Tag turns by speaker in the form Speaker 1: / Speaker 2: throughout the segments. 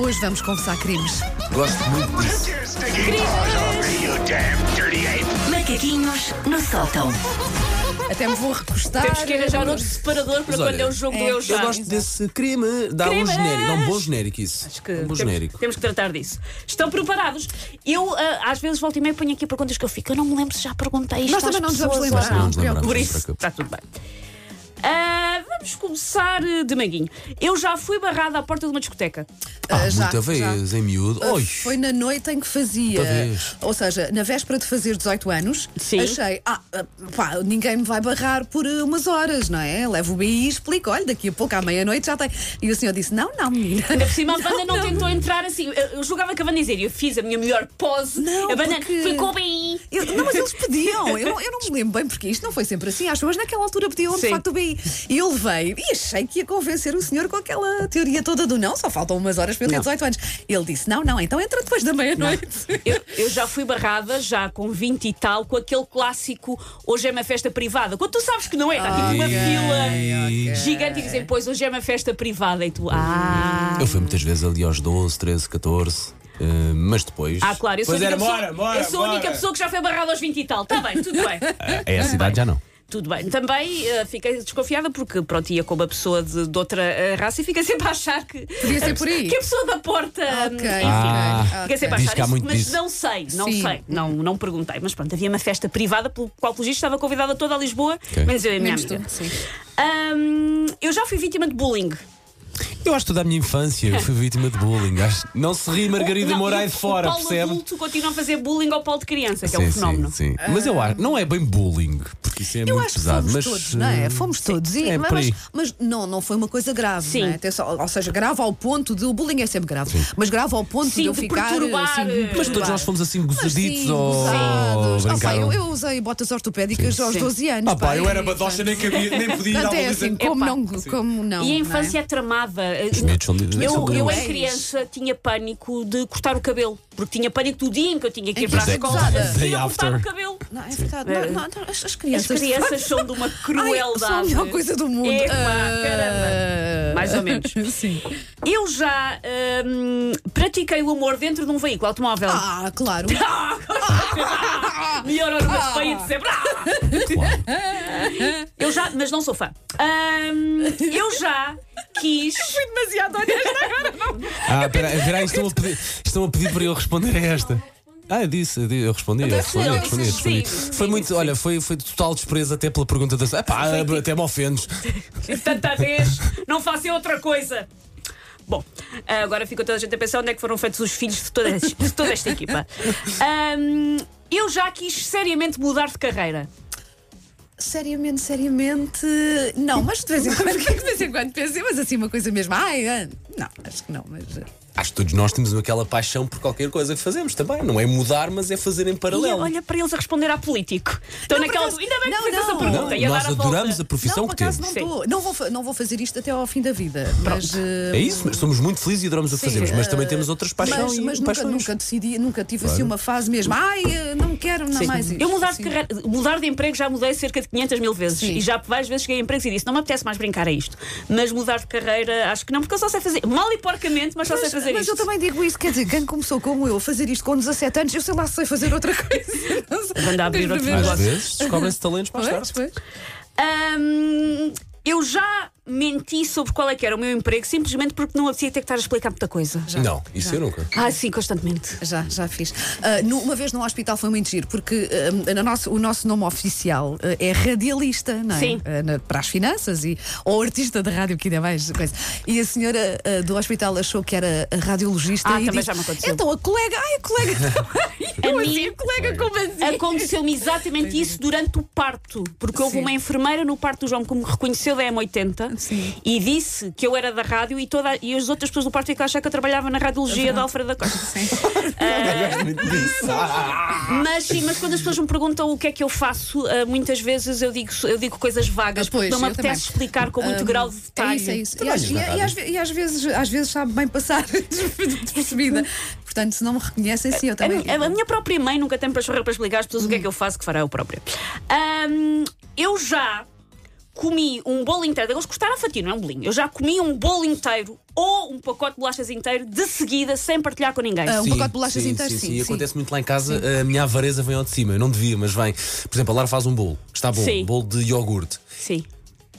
Speaker 1: Hoje vamos confessar crimes.
Speaker 2: Gosto muito disso.
Speaker 3: Your stinking paws off me, you damn dirty ape!
Speaker 4: Macaquinhos no sótão.
Speaker 1: Até me vou recostar.
Speaker 5: Temos que arranjar outro separador para
Speaker 2: Mas olha,
Speaker 5: quando é o jogo
Speaker 1: é,
Speaker 5: do eu
Speaker 1: eu
Speaker 5: já.
Speaker 1: Ah,
Speaker 2: Eu gosto
Speaker 1: exato.
Speaker 2: desse crime. Dá um
Speaker 5: Crimes!
Speaker 2: genérico. Dá um bom genérico isso.
Speaker 5: Acho que
Speaker 2: um bom
Speaker 5: temos,
Speaker 2: genérico.
Speaker 5: temos que tratar disso. Estão preparados? Eu, ah, às vezes, volto e meia ponho aqui perguntas que eu fico. Eu não me lembro se já perguntei isto.
Speaker 1: Nós também
Speaker 5: às
Speaker 1: não nos vamos
Speaker 5: pessoas
Speaker 1: lembrar,
Speaker 5: ou
Speaker 2: não
Speaker 5: não.
Speaker 2: nos lembramos,
Speaker 5: Por
Speaker 2: não
Speaker 5: isso,
Speaker 2: se preocupe.
Speaker 5: está tudo bem. Ah, vamos começar ah, de manguinho. Eu já fui barrada à porta de uma discoteca.
Speaker 2: Ah,
Speaker 1: Ah, já,
Speaker 2: muita vez, em miúdo.
Speaker 1: Ah,
Speaker 2: Oi.
Speaker 1: Foi na noite em que fazia.
Speaker 2: Muita vez.
Speaker 1: Ou seja, na véspera de fazer 18 anos,
Speaker 5: Sim.
Speaker 1: achei, ah, ah, pá, ninguém me vai barrar por ah, umas horas, não é? Levo o BI e explico, olha, daqui a pouco, à meia-noite já tem. E o senhor disse, não, não, menina.
Speaker 5: Ainda por cima, a banda não, tentou entrar assim. Eu, eu julgava que a banda ia dizer, eu fiz a minha melhor pose.
Speaker 1: Não,
Speaker 5: a banda
Speaker 1: porque-
Speaker 5: ficou bem.
Speaker 1: Eu- não, mas eles pediam. Eu, não- eu não me lembro bem porque isto não foi sempre assim. Acho que hoje naquela altura pediam de
Speaker 5: Sim.
Speaker 1: facto o BI. E eu levei e achei que ia convencer o senhor com aquela teoria toda do não, só faltam umas horas para eu ter
Speaker 2: Não.
Speaker 1: 18 anos. Ele disse: não, não, então entra depois da meia-noite.
Speaker 5: Eu, eu já fui barrada, já com 20 e tal, com aquele clássico hoje é uma festa privada. Quando tu sabes que não é, está tipo
Speaker 1: Ah,
Speaker 5: uma
Speaker 2: Ok,
Speaker 5: fila
Speaker 2: ok.
Speaker 5: gigante e dizem, pois hoje é uma festa privada. E tu, ah.
Speaker 2: Eu fui muitas vezes ali aos 12, 13, 14. eh, mas depois.
Speaker 5: Ah, claro, eu sou, a
Speaker 2: Pois
Speaker 5: única,
Speaker 2: era,
Speaker 5: pessoa,
Speaker 2: mora, mora,
Speaker 5: eu sou a única
Speaker 2: mora.
Speaker 5: pessoa que já foi barrada aos 20 e tal. Está bem, tudo bem.
Speaker 2: É a cidade, já não.
Speaker 5: Tudo bem. Também eh, fiquei desconfiada porque, pronto, ia com uma pessoa de, de outra eh, raça e fiquei sempre a achar que.
Speaker 1: Podia ser por aí.
Speaker 5: Que a pessoa da porta. hum,
Speaker 1: Ok,
Speaker 5: enfim.
Speaker 2: Ah.
Speaker 1: ok,
Speaker 5: Fiquei
Speaker 1: ok.
Speaker 5: sempre a
Speaker 2: Diz
Speaker 5: achar
Speaker 2: que há
Speaker 5: isso,
Speaker 2: muito
Speaker 5: mas
Speaker 2: disso.
Speaker 5: não sei, não
Speaker 1: Sim.
Speaker 5: sei, não, não perguntei. Mas pronto, havia uma festa privada pelo qual, pelo visto, estava convidada toda a Lisboa,
Speaker 2: Ok.
Speaker 5: menos eu e a minha
Speaker 1: Menos tu,
Speaker 5: amiga.
Speaker 1: sim.
Speaker 5: Hum, eu já fui vítima de bullying.
Speaker 2: Eu acho que toda a minha infância eu fui vítima de bullying. Acho- Não se ri, Margarida
Speaker 5: Não,
Speaker 2: Moraes
Speaker 5: o-
Speaker 2: de fora,
Speaker 5: o Paulo
Speaker 2: percebe?
Speaker 5: adulto continua a fazer bullying ao Paulo de criança, que é um fenómeno. Ah.
Speaker 2: Sim, sim. Mas eu acho, não é bem bullying, porque isso é
Speaker 1: Eu
Speaker 2: muito
Speaker 1: acho
Speaker 2: pesado.
Speaker 1: que fomos
Speaker 2: mas,
Speaker 1: todos, não é? Fomos todos. E-
Speaker 2: é
Speaker 1: mas
Speaker 2: por aí.
Speaker 1: mas não, não foi uma coisa grave,
Speaker 5: Sim.
Speaker 1: não é? Atenção, ou seja, grave ao ponto de. O bullying é sempre grave, mas grave ao ponto
Speaker 5: Sim,
Speaker 1: de eu
Speaker 5: de
Speaker 1: ficar.
Speaker 5: perturbar,
Speaker 1: assim,
Speaker 5: eh,
Speaker 2: Mas todos
Speaker 1: perturbar.
Speaker 2: nós fomos assim
Speaker 1: Mas
Speaker 2: gozaditos
Speaker 1: sim,
Speaker 2: ou
Speaker 1: usados. Ah, pá,
Speaker 2: brincaram.
Speaker 1: eu, eu usei botas ortopédicas aos
Speaker 5: Sim.
Speaker 1: 12 anos.
Speaker 2: Ah, pá, eu era
Speaker 1: e,
Speaker 2: badocha, nem
Speaker 1: portanto,
Speaker 2: cabia- nem podia ir
Speaker 1: portanto,
Speaker 2: à
Speaker 1: é
Speaker 2: baliza.
Speaker 1: assim, como
Speaker 5: Epá.
Speaker 1: não, como não.
Speaker 5: e a
Speaker 1: não é?
Speaker 5: infância é? tramada.
Speaker 2: miúdos são- são
Speaker 5: Eu, eu,
Speaker 2: cruéis.
Speaker 5: em criança, tinha pânico de cortar o cabelo. Porque tinha pânico do dia em que eu tinha que ir
Speaker 1: Em
Speaker 2: Então
Speaker 5: para
Speaker 1: que
Speaker 5: a escola.
Speaker 1: acusada.
Speaker 5: assim,
Speaker 2: é Day
Speaker 5: a cortar
Speaker 2: after.
Speaker 5: o cabelo.
Speaker 1: Não, é verdade. Não, não, não, as, as
Speaker 5: As
Speaker 1: crianças.
Speaker 5: crianças são de uma crueldade.
Speaker 1: Ai, são a melhor coisa do mundo.
Speaker 5: Epá,
Speaker 1: Ah,
Speaker 5: caramba. Mais ou menos.
Speaker 1: Sim.
Speaker 5: Eu já hum, pratiquei o amor dentro de um veículo automóvel.
Speaker 1: Ah, claro.
Speaker 5: Melhor hora da Espanha de sempre. Ah!
Speaker 2: Claro.
Speaker 5: Eu já, mas não sou fã. Hum, eu já quis.
Speaker 1: Demasiado honesta agora.
Speaker 2: Ah, espera espera aí, estão a, pedir, estão a pedir para eu responder a esta. Ah, eu disse, eu disse, eu respondi,
Speaker 1: Então
Speaker 2: eu respondi, eu
Speaker 5: Sim,
Speaker 2: respondi, eu respondi.
Speaker 5: sim,
Speaker 2: Foi
Speaker 5: sim,
Speaker 2: muito,
Speaker 5: sim.
Speaker 2: olha, foi, foi de total desprezo até pela pergunta da. Epá,
Speaker 1: tipo
Speaker 2: até me ofendes.
Speaker 5: Tanta vez, não façam outra coisa. Bom, ah, agora ficou toda a gente a pensar onde é que foram feitos os filhos de toda, de toda esta equipa. Hum, eu já quis seriamente mudar de carreira.
Speaker 1: Seriamente, seriamente. Não, mas de vez em quando, é de vez em quando pensei, mas assim, uma coisa mesmo. Ai, ah, não, acho que não, mas. ah,
Speaker 2: Acho que todos nós temos aquela paixão por qualquer coisa que fazemos também. Não é mudar, mas é fazer em
Speaker 5: E
Speaker 2: paralelo.
Speaker 5: olha para eles a responder a político. Estão
Speaker 1: Não,
Speaker 5: naquela.
Speaker 1: por acaso-
Speaker 5: Ainda bem que
Speaker 1: não,
Speaker 5: fiz essa
Speaker 1: não.
Speaker 5: pergunta.
Speaker 2: Não,
Speaker 5: ia
Speaker 2: nós
Speaker 5: dar a
Speaker 2: adoramos
Speaker 5: volta.
Speaker 2: a profissão
Speaker 1: não, por
Speaker 2: que
Speaker 1: acaso
Speaker 2: temos.
Speaker 1: não estou. Não vou, fa- não vou fazer isto até ao fim da vida. Mas, ah,
Speaker 2: É isso, mas somos muito felizes e adoramos o que
Speaker 1: Sim,
Speaker 2: fazemos, mas
Speaker 1: eh,
Speaker 2: também temos outras paixões.
Speaker 1: Mas,
Speaker 2: e
Speaker 1: mas nunca,
Speaker 2: paixões.
Speaker 1: nunca decidi, nunca tive assim uma fase mesmo. Ai, eh, não quero não mais isto. assim.
Speaker 5: Eu mudar de,
Speaker 1: Sim.
Speaker 5: carreira, mudar de emprego já mudei cerca de 500 mil vezes
Speaker 1: Sim.
Speaker 5: e já várias vezes cheguei a empregos e disse não me apetece mais brincar a isto. Mas mudar de carreira acho que não, porque eu só sei fazer, mal e porcamente, mas só sei
Speaker 1: Mas,
Speaker 5: fazer
Speaker 1: mas
Speaker 5: isto.
Speaker 1: eu também digo isso, quer dizer, quem começou como eu a fazer isto com 17 anos, eu sei lá se sei fazer outra coisa. Não sei.
Speaker 5: Anda a abrir outro
Speaker 1: Desde-
Speaker 2: Às
Speaker 5: negócio.
Speaker 2: vezes descobrem-se talentos mais tarde.
Speaker 1: Pois, pois.
Speaker 5: Hum, eu já menti sobre qual é que era o meu emprego simplesmente porque não havia ter que estar a explicar muita coisa.
Speaker 2: Não, isso eu nunca.
Speaker 5: Ah, sim, constantemente.
Speaker 1: Já, já fiz. Ah, nu- uma vez num hospital foi muito giro, porque ah, na nosso- o nosso nome oficial ah, é radialista, não é?
Speaker 5: Sim.
Speaker 1: Ah, na- para as finanças e, ou artista de rádio, que ainda é mais coisa. E a senhora ah, do hospital achou que era radiologista
Speaker 5: Ah,
Speaker 1: e
Speaker 5: também
Speaker 1: disse,
Speaker 5: já me aconteceu.
Speaker 1: Então a colega, ai, a colega também. Eu
Speaker 5: A
Speaker 1: assim,
Speaker 5: mim-
Speaker 1: a colega, como assim?
Speaker 5: Aconteceu-me exatamente isso durante o parto, porque houve
Speaker 1: é. Sim.
Speaker 5: uma enfermeira no parto do João que me reconheceu da M80
Speaker 1: Sim.
Speaker 5: e disse que eu era da rádio e, toda, e as outras pessoas do parto ficaram a achar que eu trabalhava na
Speaker 1: É
Speaker 5: radiologia da Alfredo da Costa.
Speaker 2: Ah,
Speaker 5: Mas sim, mas quando as pessoas me perguntam o que é que eu faço, ah, muitas vezes eu digo, eu digo coisas vagas,
Speaker 1: Ah, pois,
Speaker 5: porque não me
Speaker 1: eu
Speaker 5: apetece
Speaker 1: também.
Speaker 5: explicar com muito
Speaker 1: Ah,
Speaker 5: grau de
Speaker 1: É
Speaker 5: detalhe.
Speaker 1: isso, é isso. E,
Speaker 2: Trabalhas
Speaker 1: às- e-
Speaker 2: na rádio.
Speaker 1: e às, ve- e às vezes, às vezes sabe bem passar despercebida. Portanto, se não me reconhecem, sim, eu
Speaker 5: A,
Speaker 1: também.
Speaker 5: mi- a minha própria mãe nunca tem para para explicar às pessoas o que é que eu faço, que fará eu própria. Ahm, eu já comi um bolo inteiro, eles cortaram a fatia, não é um bolinho. Eu já comi um bolo inteiro ou um pacote de bolachas inteiro de seguida, sem partilhar com ninguém.
Speaker 1: Ah, um
Speaker 2: Sim,
Speaker 1: pacote de bolachas
Speaker 2: sim,
Speaker 1: inteiro,
Speaker 2: sim,
Speaker 1: sim,
Speaker 2: sim. E
Speaker 1: sim.
Speaker 2: acontece muito lá em casa, a minha avareza vem ao de cima. Eu não devia, mas vem. Por exemplo, a Lara faz um bolo, está bom,
Speaker 5: Sim.
Speaker 2: bolo de iogurte.
Speaker 5: Sim.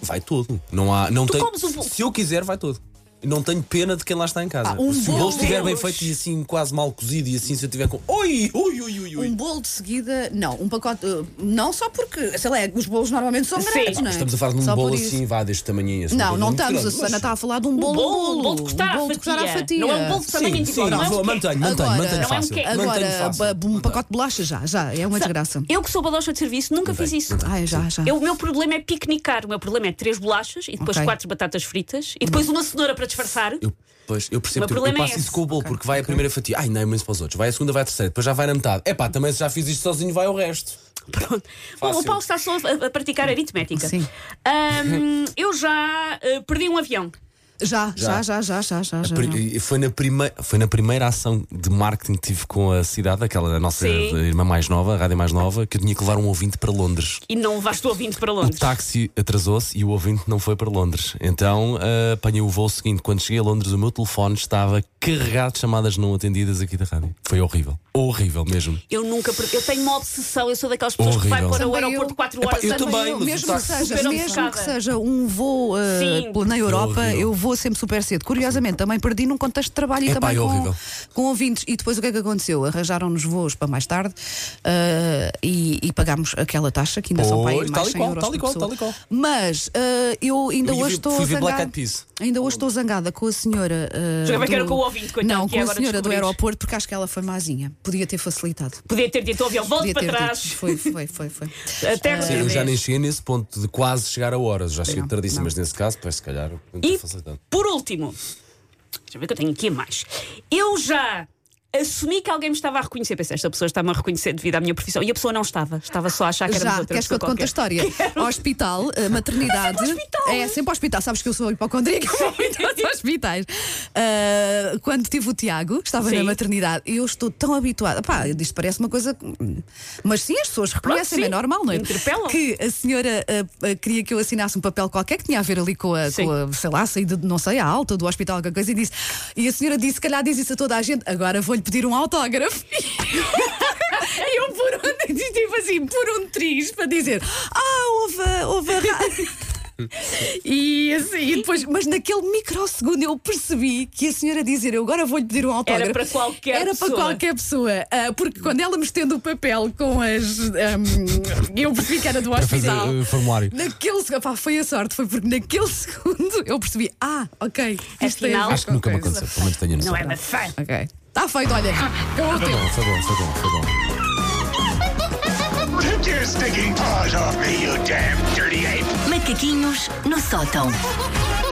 Speaker 2: Vai todo. Não há, não
Speaker 5: Tu
Speaker 2: tenho-
Speaker 1: um
Speaker 5: comes o bolo-
Speaker 2: Se eu quiser, vai todo. Não tenho pena de quem lá está em casa.
Speaker 1: Ah, um
Speaker 2: se o
Speaker 1: bolo-
Speaker 2: bolo estiver bem
Speaker 5: Deus.
Speaker 2: feito e assim quase mal cozido e assim se eu tiver com. Oi, ui, ui, ui, ui.
Speaker 1: Um bolo de seguida, não, um pacote, uh, não só porque, sei lá, é os bolos normalmente são
Speaker 5: Sim.
Speaker 1: grandes,
Speaker 5: Ah,
Speaker 1: não é?
Speaker 2: Estamos a falar de um
Speaker 1: Só
Speaker 2: bolo
Speaker 1: por isso.
Speaker 2: assim, vá deste tamanhinho. assim, uma
Speaker 1: Não,
Speaker 2: coisa
Speaker 1: não
Speaker 2: muito
Speaker 1: estamos, a
Speaker 2: grande, mas-
Speaker 1: Susana está a falar de um bolo.
Speaker 5: bolo, um bolo de cortar à
Speaker 1: um bolo de cortar à
Speaker 5: fatia.
Speaker 1: fatia.
Speaker 5: Não é um bolo de
Speaker 2: Sim,
Speaker 5: tamanho
Speaker 2: sim,
Speaker 5: individual. não é
Speaker 2: não,
Speaker 5: um
Speaker 2: vou-
Speaker 5: quê?
Speaker 2: mantenho, mantenho,
Speaker 1: Agora-
Speaker 2: mantenho
Speaker 1: Não
Speaker 5: é um
Speaker 2: fácil.
Speaker 5: quê?
Speaker 2: mantenho
Speaker 1: Agora,
Speaker 2: fácil.
Speaker 1: ba- um pacote de bolacha já, já, é uma desgraça.
Speaker 5: Eu que sou balocha de serviço nunca fiz isso.
Speaker 1: Ai, já, já.
Speaker 5: Eu- o meu problema é piquenicar. O meu problema é três bolachas e depois
Speaker 1: Ok.
Speaker 5: quatro batatas fritas e depois uma cenoura para disfarçar.
Speaker 2: Eu, pois, eu percebo
Speaker 5: O meu
Speaker 2: que eu,
Speaker 5: problema é
Speaker 2: passo
Speaker 5: esse.
Speaker 2: isso com o bolo, porque vai a primeira fatia, ai, não é imenso para os outros, vai a segunda, vai a terceira, depois já vai na metade. É pá, também se já fiz isto sozinho, vai o resto.
Speaker 5: Pronto. Bom, o Paulo está só a, a praticar aritmética.
Speaker 1: Sim.
Speaker 5: Ahm, eu já eh, perdi um avião.
Speaker 1: Já, já, já, já, já, já. já,
Speaker 5: Uhum.
Speaker 2: Pri-
Speaker 1: já.
Speaker 2: e Foi na, prime... foi na primeira ação de marketing que tive com a cidade, aquela nossa
Speaker 5: Sim.
Speaker 2: irmã mais nova, a rádio mais nova, que eu tinha que levar um ouvinte para Londres.
Speaker 5: E não levaste o ouvinte para
Speaker 2: O
Speaker 5: Londres.
Speaker 2: táxi atrasou-se e o ouvinte não foi para Londres. Então ah, apanhei o voo seguinte. Quando cheguei a Londres, o meu telefone estava carregado de chamadas não atendidas aqui da rádio. Foi horrível. Horrível mesmo.
Speaker 5: Eu nunca perdi. Eu tenho uma obsessão. Eu sou daquelas pessoas que vai
Speaker 2: Horrível.
Speaker 5: para o
Speaker 1: Também
Speaker 5: aeroporto
Speaker 1: eu.
Speaker 5: 4
Speaker 2: Epá,
Speaker 5: horas
Speaker 2: eu
Speaker 5: antes.
Speaker 2: também, mas
Speaker 1: mesmo
Speaker 2: o
Speaker 1: que
Speaker 2: táxi-
Speaker 1: seja,
Speaker 5: super
Speaker 1: mesmo que
Speaker 5: obcecada.
Speaker 1: seja um voo uh,
Speaker 5: Sim.
Speaker 1: pela- na Europa,
Speaker 2: horrível.
Speaker 1: eu vou sempre super cedo. Curiosamente, também perdi num contexto de trabalho e
Speaker 2: Epá,
Speaker 1: também
Speaker 2: é
Speaker 1: com,
Speaker 2: horrível.
Speaker 1: com ouvintes. E depois o que é que aconteceu? Arranjaram-nos voos para mais tarde uh, e, e pagámos aquela taxa que ainda são para aí
Speaker 2: Pois,
Speaker 1: mais
Speaker 2: tal e
Speaker 1: 100
Speaker 2: qual,
Speaker 1: euros
Speaker 2: tal e
Speaker 1: por
Speaker 2: qual,
Speaker 1: pessoa.
Speaker 2: tal e qual.
Speaker 1: Mas uh, eu ainda
Speaker 2: Eu
Speaker 1: hoje
Speaker 2: vi-
Speaker 1: estou
Speaker 2: fui ver Black
Speaker 1: zangada.
Speaker 2: Eyed Peas.
Speaker 1: Ainda hoje estou zangada com a senhora. Uh,
Speaker 5: Já bem que era
Speaker 1: do-
Speaker 5: com o ouvinte, coitado,
Speaker 1: Não,
Speaker 5: que
Speaker 1: com a
Speaker 5: agora
Speaker 1: senhora do
Speaker 5: descobrimos.
Speaker 1: aeroporto, porque acho que ela foi mazinha. Podia ter facilitado.
Speaker 5: Podia ter dito ao avião,
Speaker 1: Podia
Speaker 5: volte para
Speaker 1: ter
Speaker 5: trás.
Speaker 1: dito. Foi, foi, foi, foi.
Speaker 5: Até
Speaker 2: Sim,
Speaker 5: outra
Speaker 2: eu já
Speaker 5: vez.
Speaker 2: nem cheguei nesse ponto de quase chegar a horas. Já cheguei
Speaker 1: Não,
Speaker 2: tardíssimo,
Speaker 1: não.
Speaker 2: mas nesse caso, pois se calhar.
Speaker 5: E
Speaker 2: facilitando.
Speaker 5: por último, deixa eu ver que eu tenho aqui mais. Eu já assumi que alguém me estava a reconhecer. Pensei, esta pessoa está-me a reconhecer devido à minha profissão. E a pessoa não estava. Estava só a achar que era
Speaker 1: Já,
Speaker 5: outra
Speaker 1: queres que eu
Speaker 5: pessoa
Speaker 1: te conte a
Speaker 5: qualquer.
Speaker 1: história? Hospital, eh, maternidade. É sempre hospital. Sabes que eu sou hipocondríaca, eu vou muito aos hospitais. Ah, quando tive o Tiago, estava
Speaker 5: Sim.
Speaker 1: na maternidade, e eu estou tão habituada. Pá, isto parece uma coisa. que- Mas sim, as pessoas reconhecem-me, é
Speaker 5: sim.
Speaker 1: normal, não é?
Speaker 5: Interpelam.
Speaker 1: Que a senhora ah, ah, queria que eu assinasse um papel qualquer que tinha a ver ali com a,
Speaker 5: Sim.
Speaker 1: com a, sei lá, a saída, de, não sei, a alta do hospital, alguma coisa, e disse. E a senhora disse: se calhar diz isso a toda a gente, agora vou-lhe pedir um autógrafo. E eu por um, tipo assim, por um triz para dizer Ah, houve, a- houve a rádio. E assim, e depois, mas naquele microsegundo eu percebi que a senhora dizer eu agora vou-lhe pedir um autógrafo
Speaker 5: Era para qualquer
Speaker 1: Era
Speaker 5: pessoa.
Speaker 1: para qualquer pessoa. Ah, porque quando ela me estende o papel com as. ahm, eu percebi que era do
Speaker 2: Para fazer
Speaker 1: hospital.
Speaker 2: eh, formulário.
Speaker 1: Naquele segundo, pá, foi a sorte, foi porque naquele segundo eu percebi, ah, ok, isto tem a
Speaker 5: Afinal-
Speaker 1: ver
Speaker 2: Acho que
Speaker 1: com
Speaker 2: nunca me
Speaker 1: coisa."
Speaker 2: aconteceu, pelo menos tenho a noção.
Speaker 5: Não é uma fã.
Speaker 1: Ok, está feito, olha, acabou o tempo.
Speaker 2: Foi bom, foi bom, foi bom.
Speaker 3: Take your stinking paws off me, you damn dirty ape!
Speaker 4: Macaquinhos no sótão.